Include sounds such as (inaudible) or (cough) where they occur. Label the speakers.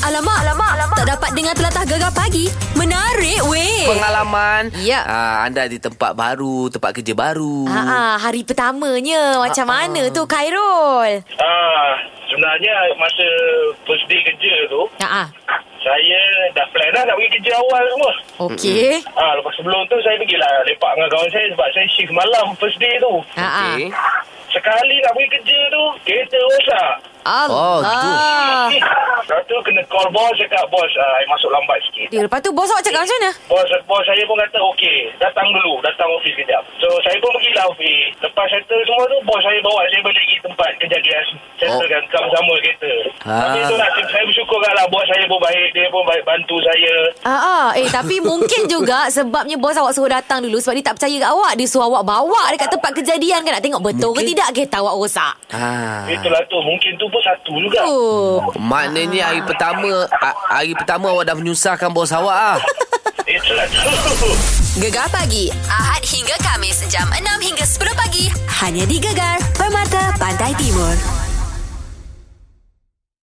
Speaker 1: Alamak, alamak, alamak. Tak dapat dengar telatah gegar pagi. Menarik weh.
Speaker 2: Pengalaman
Speaker 1: Ya.
Speaker 2: Ah, Anda di tempat baru Tempat kerja baru
Speaker 1: Ah, ah, hari pertamanya macam mana tu Khairul?
Speaker 3: Ah, sebenarnya masa first day kerja tu,
Speaker 1: Ah, ah.
Speaker 3: saya dah plan dah nak pergi kerja awal semua.
Speaker 1: Okey.
Speaker 3: Ah, lepas sebelum tu saya pergilah lepak dengan kawan saya sebab saya shift malam first day tu.
Speaker 1: Ah, ah.
Speaker 2: Okey.
Speaker 3: Sekali nak pergi kerja tu, kereta rosak.
Speaker 1: Allah.
Speaker 2: Oh, tu.
Speaker 1: Ah.
Speaker 3: Lepas tu kena call bos cakap bos ah, I masuk lambat sikit.
Speaker 1: Dia Eh, lepas tu bos awak cakap macam mana?
Speaker 3: Bos, bos saya pun kata okey, datang dulu, datang office kejap. So saya pun pergilah office. Lepas settle semua tu, bos saya bawa saya balik pergi tempat kejadian settlekan oh. sama-sama kereta.
Speaker 2: Ah.
Speaker 3: Tapi tu lah, saya bersyukur kan lah bos saya pun baik, dia pun baik bantu saya.
Speaker 1: Ah, ah. Eh, tapi (laughs) mungkin juga sebabnya bos awak suruh datang dulu sebab dia tak percaya kat awak. Dia suruh awak bawa dekat tempat kejadian kan nak tengok betul mungkin. ke tidak kereta awak rosak.
Speaker 2: Ah.
Speaker 3: Itulah tu, mungkin tu pun satu juga.
Speaker 1: Oh.
Speaker 2: Hmm. Maknanya hari pertama ah, Hari pertama awak dah menyusahkan bos awak ah.
Speaker 3: Itulah tu. (laughs)
Speaker 1: Gegar pagi Ahad hingga Kamis jam 6 hingga 10 pagi hanya di Gegar Permata Pantai Timur.